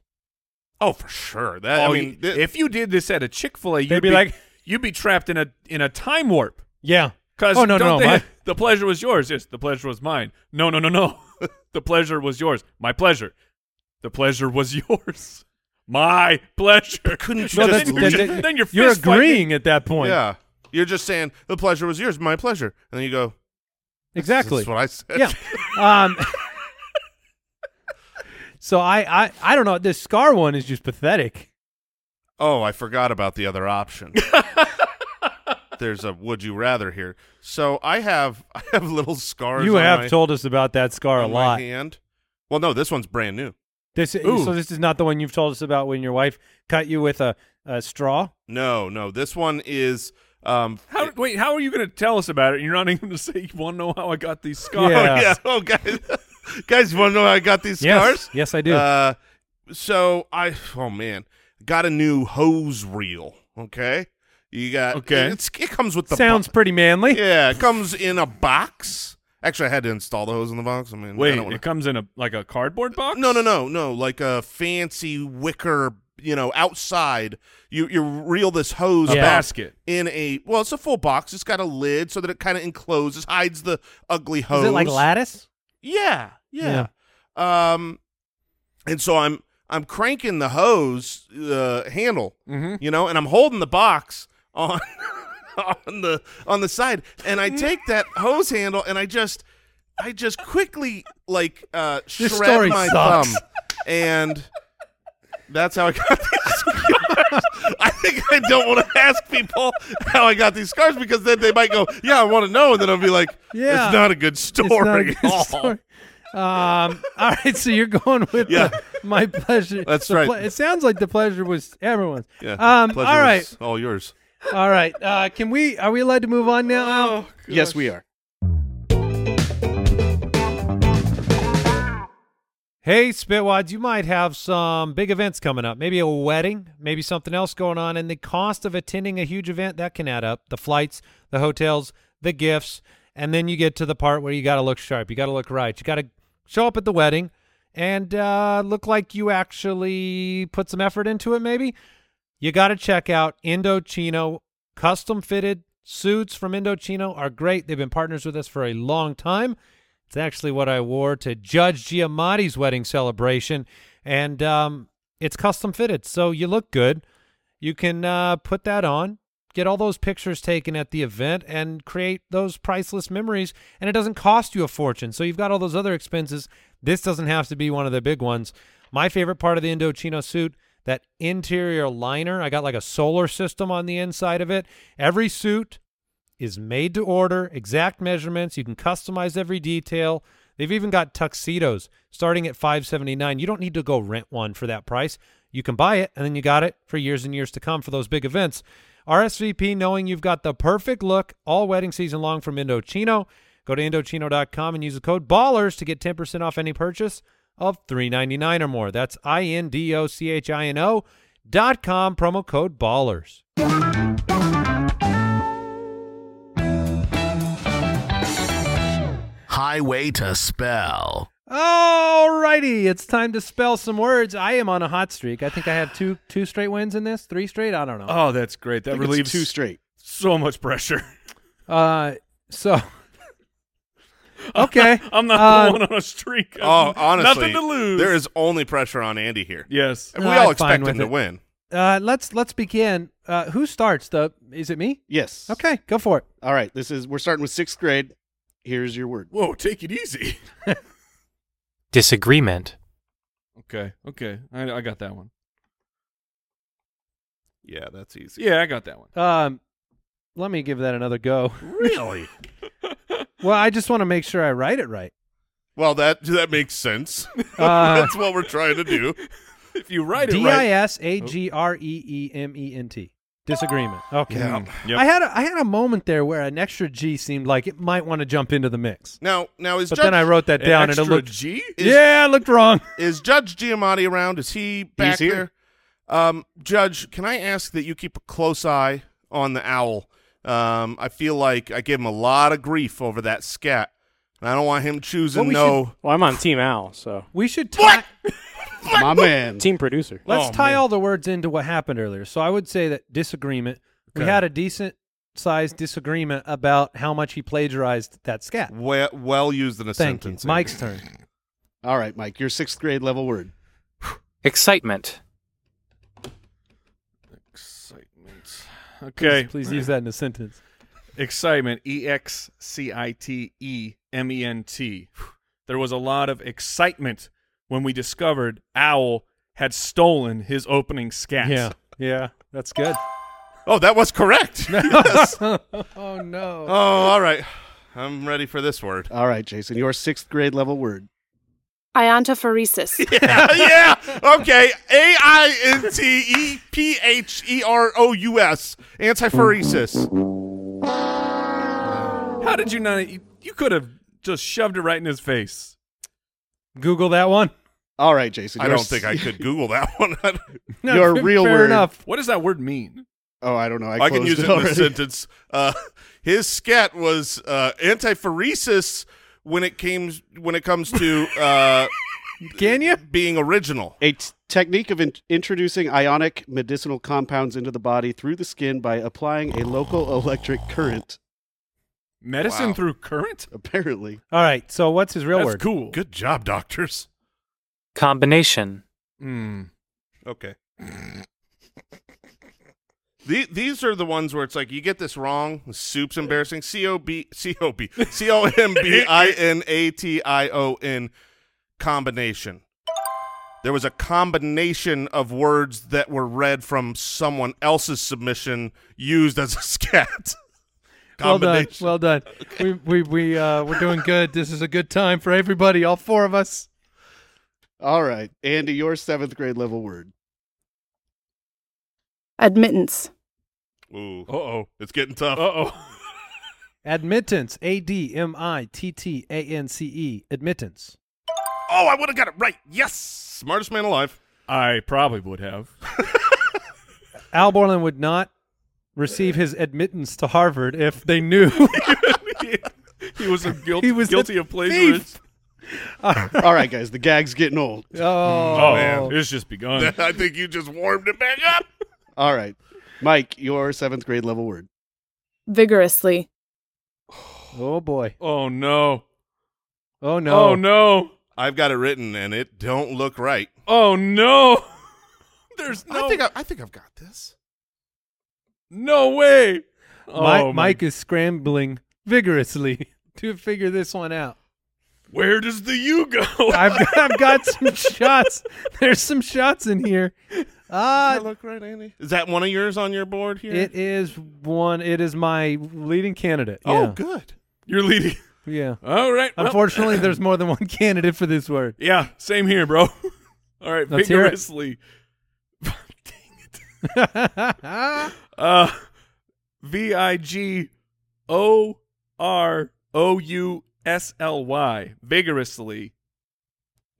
B: oh, for sure. That
C: Oh,
B: I mean,
C: y-
B: th-
C: if you did this at a Chick Fil A, you'd
D: They'd be
C: be
D: like-
C: you'd be trapped in a in a time warp.
D: Yeah.
C: Cause
D: oh, no, no,
C: don't
D: no.
C: they-
D: my-
C: the pleasure was yours. Yes, the pleasure was mine. No, no, no, no. the pleasure was yours. My pleasure. The pleasure was yours. My pleasure.
B: couldn't you
D: No,
B: just
D: that's,
B: lose
D: that-
B: it?
D: that-
C: then you're
D: you're
C: fist fighting.
D: agreeing at that point.
B: yeah, you're just saying the pleasure was yours, my pleasure, and then you go
D: exactly.
B: That's what I said.
D: yeah. Um, so I, I, I don't know. This scar one is just pathetic.
B: Oh, I forgot about the other option. There's a would you rather here. So I have I have little scars.
D: You
B: on
D: have
B: my,
D: told us about that scar a
B: on my
D: lot.
B: hand. Well, no, this one's brand new.
D: This, is-
C: Ooh.
D: so this is not the one you've told us about when your wife cut you with a, a straw.
B: No, no, this one is. Um,
C: How, wait, how are you going to tell us about it? You're not even going to say you want to know how I got these scars.
D: Yeah.
B: Oh yeah. Oh guys, guys, want to know how I got these scars?
D: Yes, yes, I do.
B: Uh, so I, oh man, got a new hose reel. Okay, you got
C: Okay.
B: It's, it comes with the
D: Sounds
B: bo-
D: pretty manly.
B: yeah, it comes in a box. Actually, I had to install the hose in the box. I mean, I
C: Wait,
B: don't wanna-
C: it comes in a like a cardboard box?
B: no, no, no, no, like a fancy wicker. You know, outside you you reel this hose
C: A
B: up
C: basket.
B: in a well, it's a full box. It's got a lid so that it kind of encloses, hides the ugly hose.
D: Is it like lattice?
B: Yeah, yeah. Um, and so I'm I'm cranking the hose uh, handle,
D: Mm-hmm.
B: you know, and I'm holding the box on on the on the side, and I take that hose handle and I just I just quickly like uh, shred
D: This story
B: my
D: sucks.
B: thumb, and that's how I got these scars. I think I don't want to ask people how I got these scars because then they might go, "Yeah, I want to know," and then I'll be like,
D: Yeah.
B: it's not a good story."
D: It's not a good
B: at all.
D: story. Um, all right, so you're going with
B: Yeah.
D: the, my pleasure.
B: That's
D: The
B: right.
D: ple- it sounds like the pleasure was everyone's.
B: Yeah.
D: Um,
B: pleasure
D: all
B: was
D: right.
B: All yours.
D: All right. Uh, can we? Are we allowed to move on now? Al?
B: Oh,
E: Yes, we are.
D: Hey, Spitwads, you might have some big events coming up. Maybe a wedding, maybe something else going on, and the cost of attending a huge event that can add up. The flights, the hotels, the gifts, and then you get to the part where you got to look sharp. You got to look right. You got to show up at the wedding and uh, look like you actually put some effort into it. Maybe You got to check out Indochino. Custom fitted suits from Indochino are great. They've been partners with us for a long time. It's actually what I wore to Judge Giamatti's wedding celebration, and um, it's custom fitted, so you look good. You can uh, put that on, get all those pictures taken at the event, and create those priceless memories. And it doesn't cost you a fortune, so you've got all those other expenses. This doesn't have to be one of the big ones. My favorite part of the Indochino suit that interior liner. I got like a solar system on the inside of it. Every suit is made to order, exact measurements. You can customize every detail. They've even got tuxedos starting at 579. You don't need to go rent one for that price. You can buy it and then you got it for years and years to come for those big events. RSVP knowing you've got the perfect look all wedding season long from Indochino. Go to indochino.com and use the code BALLERS to get 10% off any purchase of 399 or more. That's I N D O C H I N O dot com, promo code BALLERS.
A: Highway to spell.
D: Alrighty, it's time to spell some words. I am on a hot streak. I think I have two two straight wins in this, three straight. I don't know.
C: Oh, that's great. That
E: I think it's
C: relieves
E: two straight.
C: so much pressure.
D: Uh, so okay,
C: I'm not
D: Uh,
C: going on a streak.
B: Oh, honestly,
C: nothing to lose.
B: There is only pressure on Andy here.
C: yes.
B: And we
D: I'm
B: all
D: fine
B: expect
D: with
B: him to
D: it.
B: win.
D: uh, let's let's begin. Uh, who starts? The is it me?
E: Yes.
D: Okay, go for it.
E: All right. This is we're starting with sixth grade. Here's your word.
C: Whoa, take it easy.
F: Disagreement.
C: Okay, okay, I, I got that one.
B: Yeah, that's easy.
C: Yeah, I got that one.
D: Um, let me give that another go.
B: Really?
D: Well, I just want to make sure I write it right.
B: well, that that makes sense.
C: Oh,
D: Uh,
B: that's what we're trying to do.
C: If you write it
D: D
C: right,
D: i s a g r e e m e n t. Disagreement. Okay.
C: Mm, yep.
D: I had a, I had a moment there where an extra G seemed like it might want to jump into the mix,
B: Now, now is
D: but
B: Judge
D: then I wrote that
C: An
D: down and it
C: extra
D: looked
C: G.
B: is,
D: yeah, it looked wrong.
B: is Judge Giamatti around? Is he back
E: here.
B: there? Um, Judge, can I ask that you keep a close eye on the owl? Um, I feel like I gave him a lot of grief over that scat, and I don't want him
D: Well,
B: choosing
D: we
B: no.
F: Well, I'm on Team Al, so
D: We should tie,
E: My man.
F: team producer.
D: let's
B: Oh,
D: tie
B: man.
D: all the words into what happened earlier. So I would say that disagreement. We
C: Okay.
D: had a decent sized disagreement about how much he plagiarized that scat.
B: Well, well used in a
D: Thank you.
B: sentence.
D: Mike's turn.
E: All right, Mike. Your sixth grade level word.
F: Excitement.
C: Excitement. Okay,
D: Please use that in a sentence.
C: excitement. E X C I T E M E N T. There was a lot of excitement when we discovered Owl had stolen his opening scat.
D: Yeah. That's good.
B: Oh, that was correct. yes.
D: Oh no.
B: Oh, all right. I'm ready for this word.
E: All right, Jason. Your sixth grade level word.
G: Iontophoresis.
B: Yeah. yeah. Okay. A I N T E P H E R O U S. Antiphoresis.
C: How did you not? You, you could have just shoved it right in his face.
D: Google that one.
E: All right, Jason.
B: I
E: your
B: don't think I
E: s-
B: could Google that one.
E: Your real
D: fair
E: word.
D: enough.
C: What does that word mean?
E: Oh, I don't know. I,
B: I, can
E: closed
B: use it in
E: already.
B: a sentence. Uh, his scat was uh, antiphoresis when it came when it comes to uh,
D: Can you?
B: being original.
E: A t- technique of in- introducing ionic medicinal compounds into the body through the skin by applying a local electric current.
C: Medicine
B: Wow.
C: through current.
E: Apparently,
D: All right. So what's his real
C: That's
D: word?
C: cool.
B: Good job, doctors.
F: Combination.
C: Mm.
B: Okay. The, these are the ones where it's like you get this wrong. the soup's embarrassing. C O B C O B C O M B I N A T I O N combination. There was a combination of words that were read from someone else's submission used as a scat.
D: Well done.
B: Combination.
D: Well done. We we we uh we're doing good. This is a good time for everybody. All four of us.
E: all right, Andy. Your seventh grade level word.
G: Admittance.
B: Ooh,
C: Uh oh.
B: it's getting tough.
C: oh.
D: Admittance. A D M I T T A N C E. Admittance.
B: Oh, I would have got it right. Yes, smartest man alive.
C: I probably would have.
D: Al Borland would not receive his admittance to Harvard if they knew.
C: he was a guilt,
D: He was
C: guilty
D: a
C: of plagiarism.
D: thief.
E: All right, guys. The gag's getting old.
D: oh
C: Oh, man, it's just begun.
B: I think you just warmed it back up.
E: All right. Mike, your seventh grade level word.
G: Vigorously.
D: Oh boy.
C: Oh no.
D: Oh no.
C: Oh no.
B: I've got it written, and it don't look right.
C: Oh no. There's no
B: I think I, I think I've got this.
C: no way. Oh,
D: Mi-
C: my-
D: Mike is scrambling vigorously to figure this one out.
C: Where does the U go?
D: I've got, I've got some shots. There's some shots in here.
B: Does
D: Uh,
B: that look right, Andy? Is that one of yours on your board here?
D: it is one. It is my leading candidate.
B: oh,
D: yeah.
B: good.
C: You're leading.
D: Yeah.
C: All right. well-
D: Unfortunately, there's more than one candidate for this word.
C: yeah, same here, bro. All right,
D: Let's hear it.
C: vigorously. Dang it. Uh V I G O R O U S L Y. Vigorously.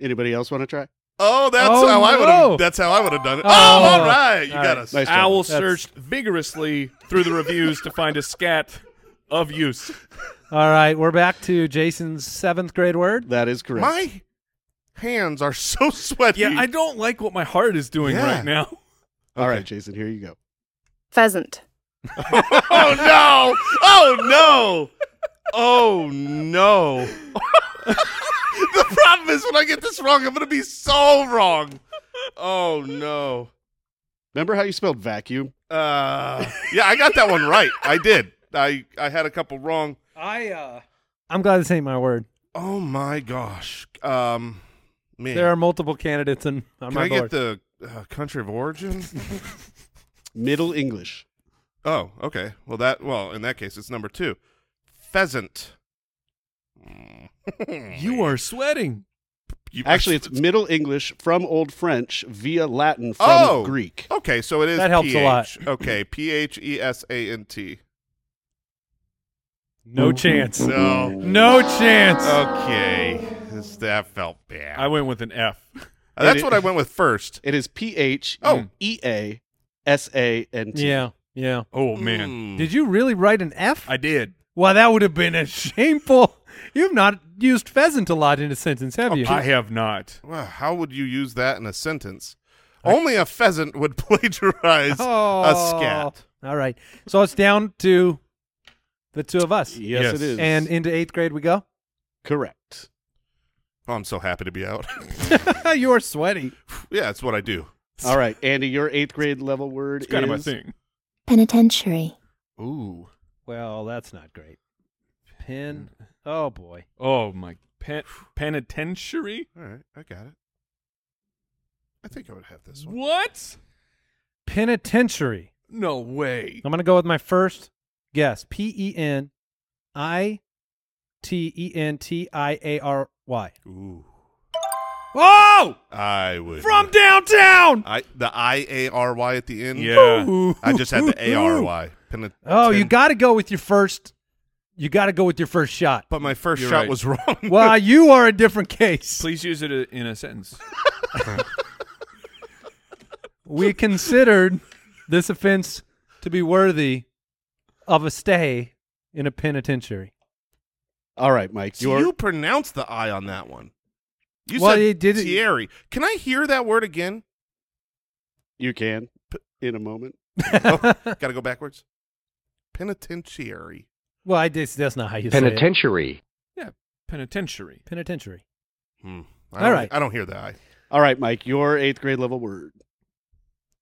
E: Anybody else want to try?
B: Oh, that's
D: Oh,
B: how I would.
D: no.
B: have That's how I would have done it. Oh,
D: Oh,
B: all right. You
D: all
B: got
D: right.
B: us.
E: Nice job.
C: Owl
D: That's-
C: searched vigorously through the reviews to find a scat of use.
D: All right, we're back to Jason's seventh grade word.
E: That is correct.
B: My hands are so sweaty.
C: Yeah, I don't like what my heart is doing
B: Yeah.
C: right now.
E: All right, Jason, here you go.
G: Pheasant.
B: oh no! Oh no! Oh no! the problem is when I get this wrong, I'm gonna be so wrong. Oh no!
E: Remember how you spelled vacuum?
B: Uh, yeah, I got that one right. I did. I I had a couple wrong.
D: I uh I'm glad this ain't my word.
B: Oh my gosh. Um, man,
D: There are multiple candidates and on
B: can
D: my
B: I get
D: board.
B: the uh, country of origin?
E: Middle English.
B: oh, okay. Well, that well in that case, it's number two, pheasant.
C: You are sweating.
B: You-
E: Actually, it's Middle English from Old French via Latin from
B: Oh.
E: Greek.
B: Okay, so it is
D: That helps a lot.
B: PH. Okay, P H E S A N T.
C: No chance.
B: No.
C: No chance.
B: Uh, Okay, this, that felt bad.
C: I went with an F.
B: Uh, That's what I went with first.
E: It is P H
B: Oh.
E: E A S A N T.
D: yeah, yeah.
C: Oh man.
D: Did you really write an F?
C: I did.
D: well, that would have been a shameful. You've not used pheasant a lot in a sentence, have you?
C: I have not.
B: Well, how would you use that in a sentence? Only a pheasant would plagiarize a
D: Oh.
B: scat.
D: All right. So it's down to the two of us.
E: Yes,
C: Yes.
E: it is.
D: And into eighth grade we go.
E: correct.
B: Oh, I'm so happy to be out.
D: you are sweaty.
B: yeah, that's what I do.
E: All right, Andy, your eighth grade level word
C: It's kind
E: is
C: of my thing.
H: penitentiary,
C: Ooh.
D: Well, that's not great. Pin. Oh boy.
C: Oh my pen- penitentiary.
B: All right, I got it. I think I would have this one.
C: What?
D: Penitentiary.
C: No way.
D: I'm going to go with my first guess. P E N I T E N T I A R Y.
B: Ooh,
C: Oh,
B: I would.
C: from downtown.
B: I the I A R Y at the end.
C: Yeah.
B: I just had the A R Y.
D: Oh, you got to go with your first. You got to go with your first shot.
B: But my 1st
C: You're
B: shot
C: right.
B: was wrong.
D: Well, you are a different case.
C: Please use it i- in a sentence.
D: We considered this offense to be worthy of a stay in a penitentiary.
E: All right, Mike,
B: So
E: your
B: you pronounced the I on that one. You
D: Well,
B: said
D: it didn't-
B: Thierry. Can I hear that word again?
E: you can in a moment.
B: Oh, gotta go backwards. Penitentiary.
D: Well, I just, that's not how you say it.
I: Penitentiary.
C: Yeah. Penitentiary.
D: Penitentiary.
B: Hmm. I
D: All
B: don't-
D: right.
B: I don't hear the I.
E: All right, Mike, your eighth grade level word.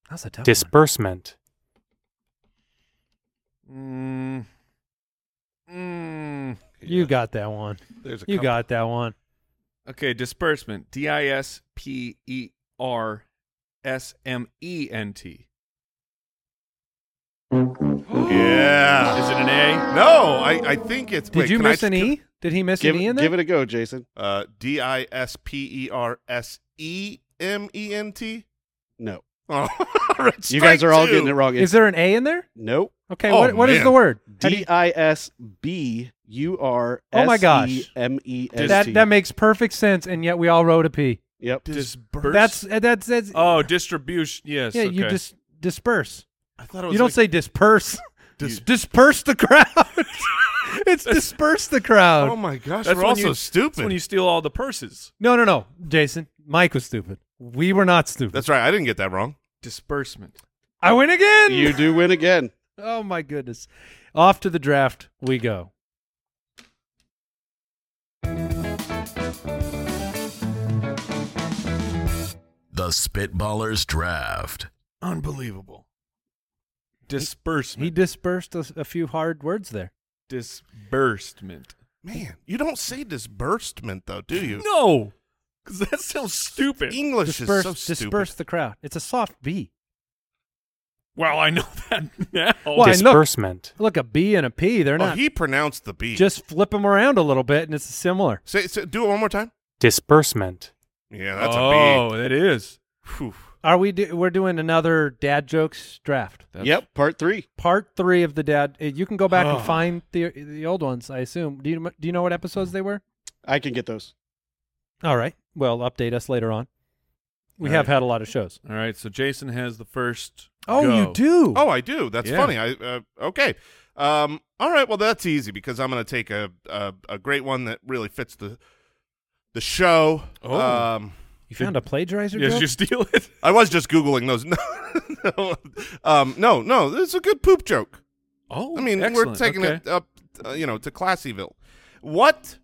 D: That's a tough one.
F: Disbursement.
C: Mm. Mm.
D: You got that one.
B: There's a
D: You
B: couple-
D: got that one.
C: Okay. Disbursement. D I S P E R S M E N T.
B: Yeah.
C: Is it an A?
B: No, I, I think it's.
D: Did
B: wait,
D: you
B: can I
D: miss an
B: just-
D: E? Did he miss
E: Give,
D: an E in there?
E: give it a go, Jason.
B: Uh, D I S P E R S E M E N T.
E: No,
B: Oh,
E: you guys are all getting it wrong.
D: Is there an A in there?
E: nope?
D: Okay,
B: Oh,
D: what, what is
B: man.
D: the word? How do you-
E: D I S B U R
D: Oh my
E: S E
D: gosh.
E: M E S T.
D: that that makes perfect sense, and yet we all wrote a P.
E: Yep.
C: Disbursement.
D: That's uh, that's that's.
C: Oh, distribution. Yes.
D: yeah,
C: okay.
D: you dis- disperse.
B: I thought it was
D: You don't
B: like-
D: say disperse.
B: Dis-
D: disperse the crowd. it's disperse the crowd.
B: Oh my gosh,
C: That's
B: we're all
C: when you-
B: so stupid.
C: That's when you steal all the purses.
D: no, no, no, Jason. Mike was stupid. We were not stupid.
B: That's right. I didn't get that wrong.
C: Disbursement.
D: I win again.
E: You do win again.
D: Oh my goodness. Off to the draft we go.
A: The Spitballers Draft.
C: Unbelievable.
D: He
C: Disbursement.
D: dispersed a, a few hard words there.
C: Disbursement.
B: Man, you don't say disbursement though, do you?
C: No, because that sounds stupid.
B: English
D: Disperse,
B: is Oh, so stupid.
D: disperse the crowd. It's a soft B.
C: Well, I know that now.
D: Well, I know-
F: Disbursement.
D: Look, a B and a P. They're
B: Oh,
D: not.
B: he pronounced the B.
D: Just flip them around a little bit, and it's similar.
B: say, say do it one more time.
F: Disbursement.
B: Yeah, that's
C: oh, that is.
B: a B. Whew.
D: Are we? Do, we're doing another dad jokes draft.
C: That's-
E: Yep, part three.
D: Part three of the dad. eh, You can go back
C: Oh.
D: and find the the old ones. I assume. Do you do you know what episodes they were?
E: I can get those.
D: All right. Well, update us later on. We
C: All
D: have
C: right.
D: had a lot of shows.
C: All right. So Jason has the first.
D: Oh,
C: go.
D: you do.
B: Oh, I do. That's
C: Yeah.
B: funny. I uh, okay. Um, all right. Well, that's easy because I'm going to take a, a a great one that really fits the the show.
C: Oh.
B: Um,
D: you found a plagiarizer
C: Yes,
D: joke?
C: you steal it.
B: I was just googling those. No, no, um, no, no. This is a good poop joke.
C: Oh,
B: I mean, we're
C: excellent.
B: taking
C: Okay.
B: it up, uh, you know, to Classyville. What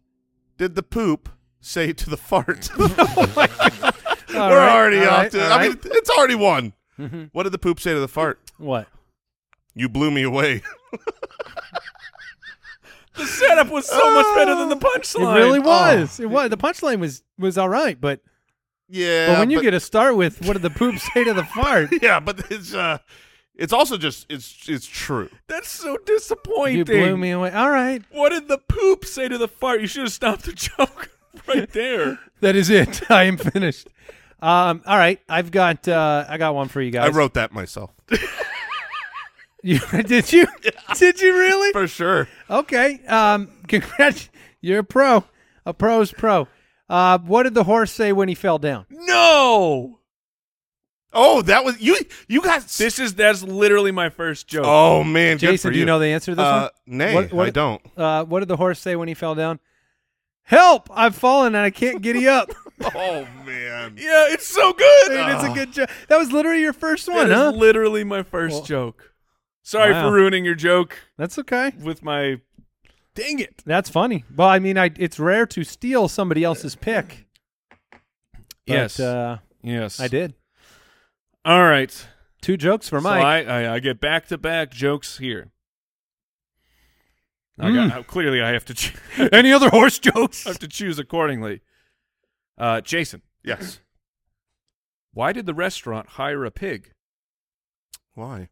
B: did the poop say to the fart?
D: All
B: we're
D: right,
B: already
D: all
B: off
D: right,
B: to.
D: all
B: I
D: right.
B: mean, it's already won.
D: Mhm.
B: What did the poop say to the fart?
D: what?
B: You blew me away.
C: The setup was so much better than the
D: It
C: punchline.
D: Oh!
B: Oh.
D: really was. It was. The punchline was was all right, but
B: yeah.
D: but when you get to start with what did the poop say to the fart?
B: yeah, but it's uh, it's also just it's it's true.
C: That's so disappointing.
D: you blew me away. All right,
C: What did the poop say to the fart? You should have stopped the joke right there.
D: that is it. I am finished. Um, all right, I've got uh, I got one for you guys.
B: I wrote that myself
D: You, did you? Did you really?
B: for sure.
D: Okay. Um, congrats. You're a pro. A pro's pro. Uh, what did the horse say when he fell down?
C: no.
B: Oh, that was you. You got
C: This is that's literally my first joke.
B: Oh man, good
D: Jason,
B: for
D: do you know the answer to this
B: uh,
D: one?
B: Nay,
D: What- what-
B: I don't.
D: Uh, what did the horse say when he fell down? Help! I've fallen and I can't giddy up.
B: Oh man.
C: Yeah, it's so good.
D: Dude, it's a
B: Ah.
D: good joke. That was literally your first one,
C: That is
D: huh?
C: literally my first
D: Well-
C: joke. Sorry
D: Wow.
C: for ruining your joke
D: That's okay.
C: with my. Dang it!
D: That's funny. Well, I mean, I, it's rare to steal somebody else's pick. But,
C: yes,
D: uh,
C: yes,
D: I did.
C: All right,
D: Two jokes for
C: so
D: Mike.
C: I, I I get back to back jokes here. I got, clearly, I have to cho-
D: Mm. Any other horse jokes?
C: I have to choose accordingly. Uh, Jason,
B: Yes.
C: why did the restaurant hire a pig?
B: Why?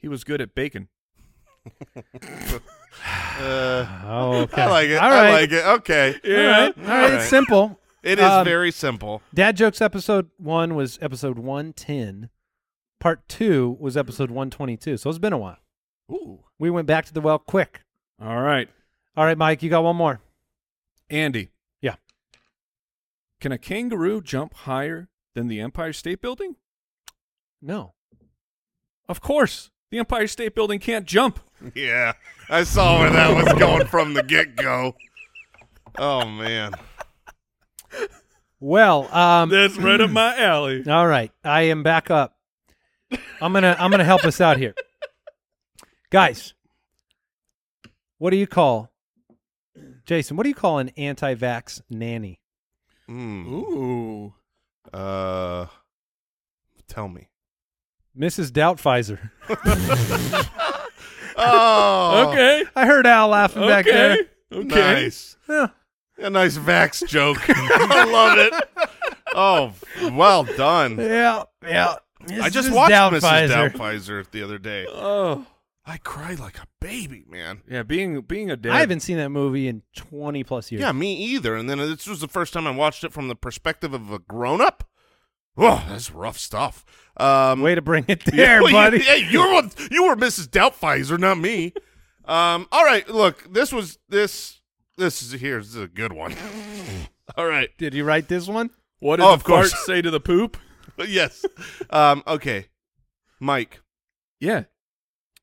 C: He was good at bacon.
B: Uh,
D: Oh, okay.
B: I like it.
D: All
B: I
D: right.
B: like it. Okay.
D: All right. All right. It's simple.
B: It is
D: Um,
B: very simple.
D: Dad jokes episode one was episode one ten. Part two was episode one twenty two. So it's been a while.
C: Ooh.
D: We went back to the well quick.
C: All right,
D: All right, Mike, you got one more.
C: Andy.
D: Yeah.
C: Can a kangaroo jump higher than the Empire State Building?
D: No.
C: Of course. The Empire State Building can't jump.
B: Yeah. I saw where that was going from the get go. Oh man.
D: Well, um,
C: That's right up my alley.
D: All right, I am back up. I'm gonna I'm gonna help us out here, guys. What do you call, Jason? What do you call an anti-vax nanny?
B: Mm.
C: Ooh.
B: Uh, tell me.
D: Mrs. Doubtfizer.
B: Oh.
C: Okay.
D: I heard Al laughing back there.
C: okay. Okay.
B: Nice.
D: Yeah.
B: A nice vax joke. I love it. Oh, well done.
D: Yeah, yeah.
B: I just watched Mrs. Doubtfire the other day.
C: Oh.
B: I cried like a baby, man.
C: Yeah, being being a dad.
D: I haven't seen that movie in 20 plus years.
B: Yeah, me either. And then this was the first time I watched it from the perspective of a grown up. Oh, that's rough stuff. Um,
D: Way to bring it there,
B: well, you-
D: buddy.
B: hey, you were you were Mrs. Doubtfire, not me. um, all right, look, this was this this is here's a good one. all right,
D: Did you write this one?
C: What did
B: Oh,
C: the
B: of course.
C: fart say to the poop?
B: yes. Um, okay, Mike,
C: Yeah.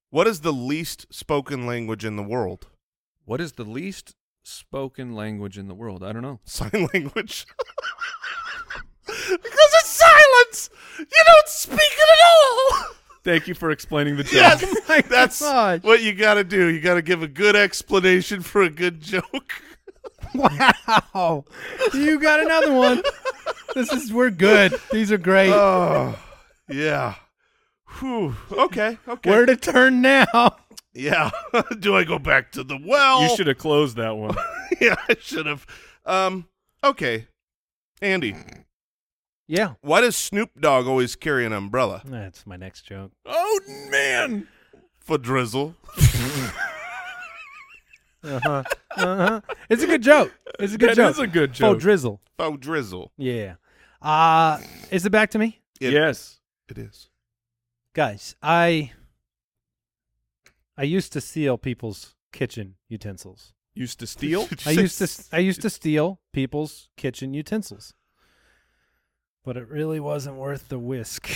B: what is the least spoken language in the world?
C: What is the least spoken language in the world? I don't know.
B: sign language. because it's silence. You don't speak it at all.
C: Thank you for explaining the joke.
B: Yes, that's
D: gosh.
B: what you got to do. You got to give a good explanation for a good joke.
D: Wow. You got another one. This is we're good. These are great.
B: Oh, yeah. Whew. Okay. Okay.
D: Where to turn now?
B: yeah. do I go back to the well?
C: You should have closed that one.
B: yeah, I should have. Um. Okay. Andy,
D: Yeah.
B: why does Snoop Dogg always carry an umbrella?
D: That's my next joke.
B: Oh man, for drizzle.
D: Uh-huh. Uh-huh. It's a good joke. It's a good
C: That
D: joke.
C: is a good
D: Full
C: joke.
D: drizzle.
B: Oh, drizzle.
D: Yeah. Uh is it back to me?
B: It-
C: yes.
B: it is.
D: Guys, I I used to steal people's kitchen utensils.
C: Used to steal.
D: I used to I used to steal people's kitchen utensils. But it really wasn't worth the whisk.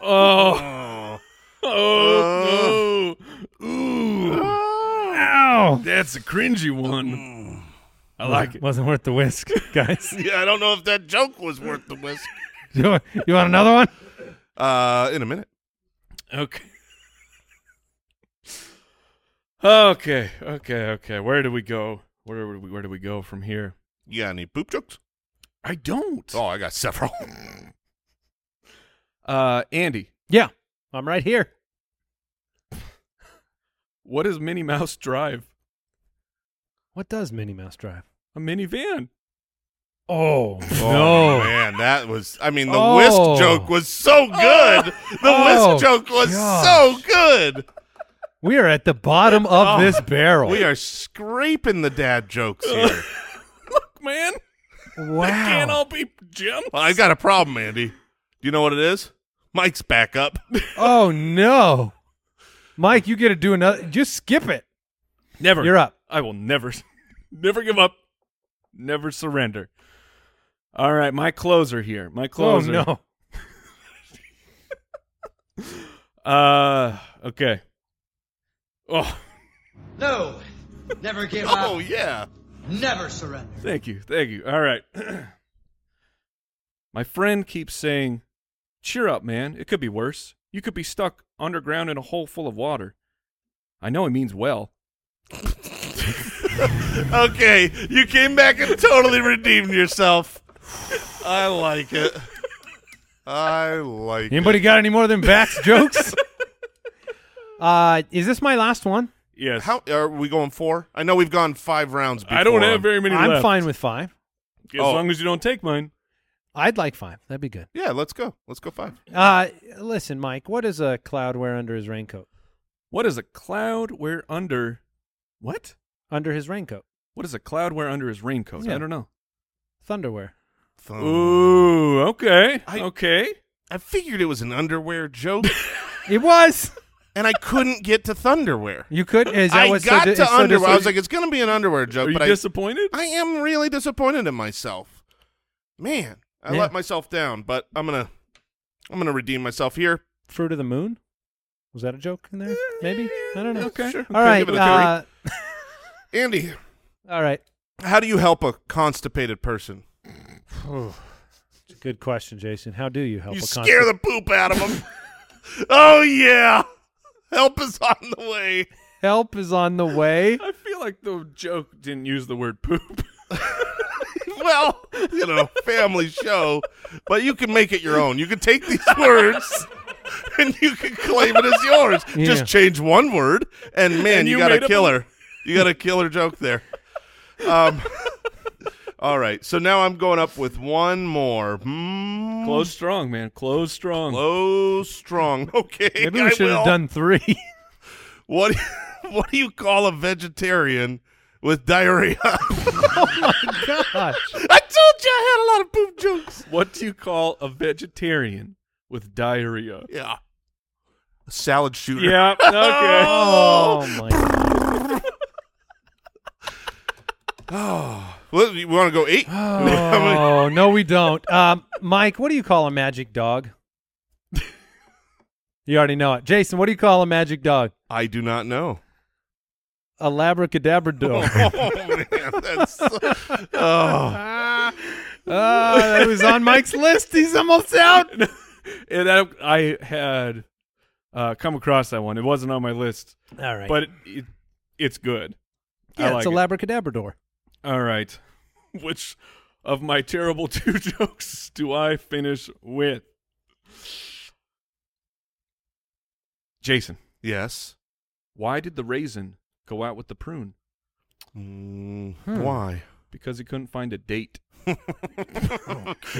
C: oh.
B: Oh.
C: Oh. no. Ooh. Ow. That's a cringy one. I like it.
D: Wasn't worth the whisk, guys.
B: Yeah, I don't know if that joke was worth the whisk.
D: you, want, you want another one?
B: Uh, in a minute.
C: Okay. Okay. Okay. Okay. Where do we go? Where do we, where do we go from here?
B: You got any poop jokes?
C: I don't.
B: Oh, I got several.
C: Uh, Andy,
D: Yeah. I'm right here.
C: what does Minnie Mouse drive?
D: What does Minnie Mouse drive?
C: A minivan.
D: Oh,
B: Oh, man, that was. I mean, the
D: Oh.
B: whisk joke was so good. The
D: Oh,
B: whisk joke was
D: gosh.
B: so good.
D: We are at the bottom of this barrel.
B: We are scraping the dad jokes here.
C: Look, man,
D: Wow.
C: can't all be Jim.
B: well, I got a problem, Andy. Do you know what it is? Mike's back up.
D: Oh no, Mike, you get to do another. Just skip it. Oh,
C: Never.
D: You're up.
C: I will never, never give up, never surrender. All right, my closer here. My closer.
D: Oh no.
C: Uh, okay. Oh,
H: No, never give
B: oh,
H: up,
B: yeah.
H: never surrender.
C: thank you, thank you. All right. my friend keeps saying, "Cheer up, man. It could be worse. You could be stuck underground in a hole full of water." I know he means well.
B: Okay, you came back and totally redeemed yourself. I like it. I like it.
D: Anybody got any more than Bax jokes? uh, is this my last one?
C: Yes.
B: How are we going four? I know we've gone five rounds. Before.
C: I don't have very many
D: I'm
C: left.
D: fine with five.
C: As
B: Oh.
C: long as you don't take mine.
D: I'd like five. That'd be good.
B: Yeah, let's go. Let's go five.
D: Uh, listen, Mike. What does a cloud wear under his raincoat?
C: What is a cloud wear under? What?
D: Under his raincoat,
C: What is a cloud wear under his raincoat?
D: Yeah. Oh.
C: I don't know.
D: thunderwear.
B: Thumb.
C: Ooh, okay,
B: I-
C: okay.
B: I figured it was an underwear joke,
D: It was.
B: and I couldn't get to thunderwear.
D: You could. Is
B: I
D: that what's
B: got
D: so di-
B: to
D: it's so
B: underwear. I was
D: dis-
B: like, it's going to be an underwear joke,
C: Are you
B: but I,
C: disappointed?
B: I am really disappointed in myself. Man, I
D: Yeah.
B: let myself down, but I'm gonna, I'm gonna redeem myself here.
D: fruit of the moon. Was that a joke in there? Maybe. I don't know.
C: Okay. Sure.
D: All right.
B: give it a
D: uh,
B: Andy,
D: all right.
B: how do you help a constipated person?
D: Good question, Jason. How do you help?
B: you
D: a
B: scare the poop out of them. oh yeah, help is on the way.
D: help is on the way.
C: I feel like the joke didn't use the word poop.
B: well, you know, family show, but you can make it your own. You can take these words and you can claim it as yours.
D: Yeah.
B: Just change one word, and man,
C: And
B: you,
C: you
B: got a
C: made up a-
B: killer. You got a killer joke there. Um, all right, so now I'm going up with one more. Hmm.
C: Close strong, man. Close strong.
B: Close, strong. Okay,
D: Maybe
B: I
D: we should
B: will.
D: have done three.
B: What? What do you call a vegetarian with diarrhea?
D: Gosh.
B: I told you I had a lot of poop jokes.
C: What do you call a vegetarian with diarrhea?
B: Yeah, a salad shooter.
C: Yeah. Okay.
D: Oh my.
B: Well, you want to go eight?
D: Oh no, we don't. Um, Mike, what do you call a magic dog? You already know it, Jason. What do you call a magic dog?
B: I do not know.
D: A labracadabra dog.
B: Oh man, that's oh.
D: Ah, that was on Mike's list. He's almost out.
C: and I, I had uh, come across that one. It wasn't on my list,
D: All right.
C: but it, it, it's good. I
D: yeah,
C: like
D: it's
C: it.
D: a labracadabrador.
C: All right. Which of my terrible two jokes do I finish with? Jason,
B: Yes.
C: why did the raisin go out with the prune?
B: Mm, Why?
C: Because he couldn't find a date.
B: Again,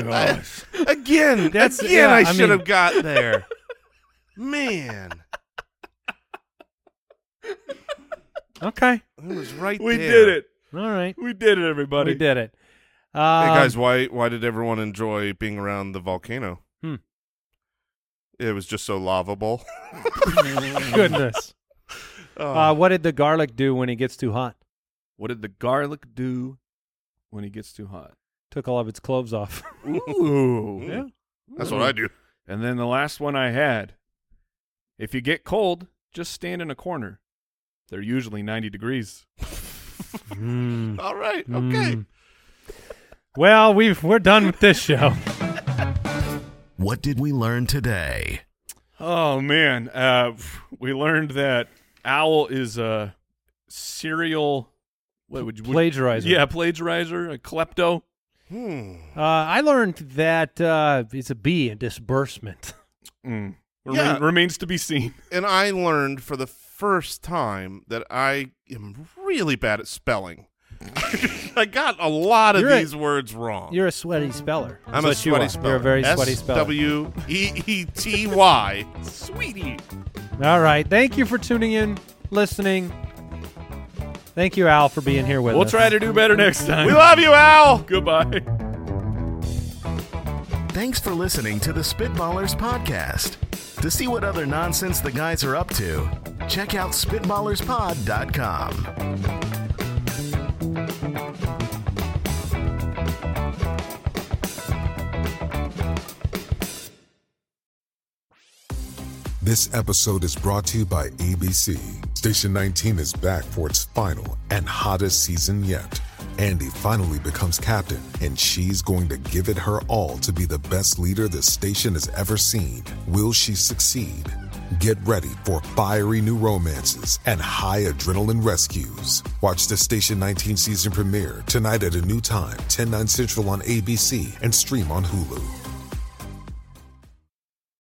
D: That's-
B: again,
D: yeah,
B: I
D: I
B: should have
D: mean-
B: got there. Man,
D: Okay.
B: it was right
C: We
B: there.
C: did it.
D: All right.
C: We did it, everybody.
D: We did it.
B: Hey
D: Um,
B: guys, why why did everyone enjoy being around the volcano?
D: Hmm.
B: It was just so lovable.
D: Goodness.
B: Oh.
D: Uh, what did the garlic do when he gets too hot?
C: What did the garlic do when he gets too hot?
D: Took all of its cloves off.
C: Ooh.
B: Yeah. That's what I do.
C: And then the last one I had. If you get cold, just stand in a corner. They're usually 90 degrees.
B: All right. Okay.
D: Mm. Well, we've we're done with this show.
A: What did we learn today?
C: Oh man, uh, we learned that Owl is a serial what would you would-
D: Plagiarizer.
C: Yeah, plagiarizer, a klepto.
B: Hmm.
D: Uh, I learned that uh, it's a B in disbursement.
C: Mm. Remain,
B: Yeah.
C: Remains to be seen.
B: And I learned for the first time that I am really bad at spelling. I got a lot of
D: You're a-
B: these words wrong.
D: You're a sweaty speller.
B: Oh. I'm a
D: That's what
B: sweaty
D: you are.
B: speller.
D: You're a very sweaty speller.
B: W E E T Y.
C: Sweetie.
D: All right. Thank you for tuning in, listening. Thank you, Al, for being here with
C: We'll
D: us.
C: try to do better next time.
B: We love you, Al.
C: Goodbye.
A: Thanks for listening to the Spitballers Podcast. To see what other nonsense the guys are up to, check out SpitballersPod.com.
I: This episode is brought to you by ABC. Station 19 is back for its final and hottest season yet. Andy finally becomes captain, and she's going to give it her all to be the best leader this station has ever seen. Will she succeed? Get ready for fiery new romances and high adrenaline rescues. Watch the Station 19 season premiere tonight at a new time, 10, 9 central on ABC, and stream on Hulu.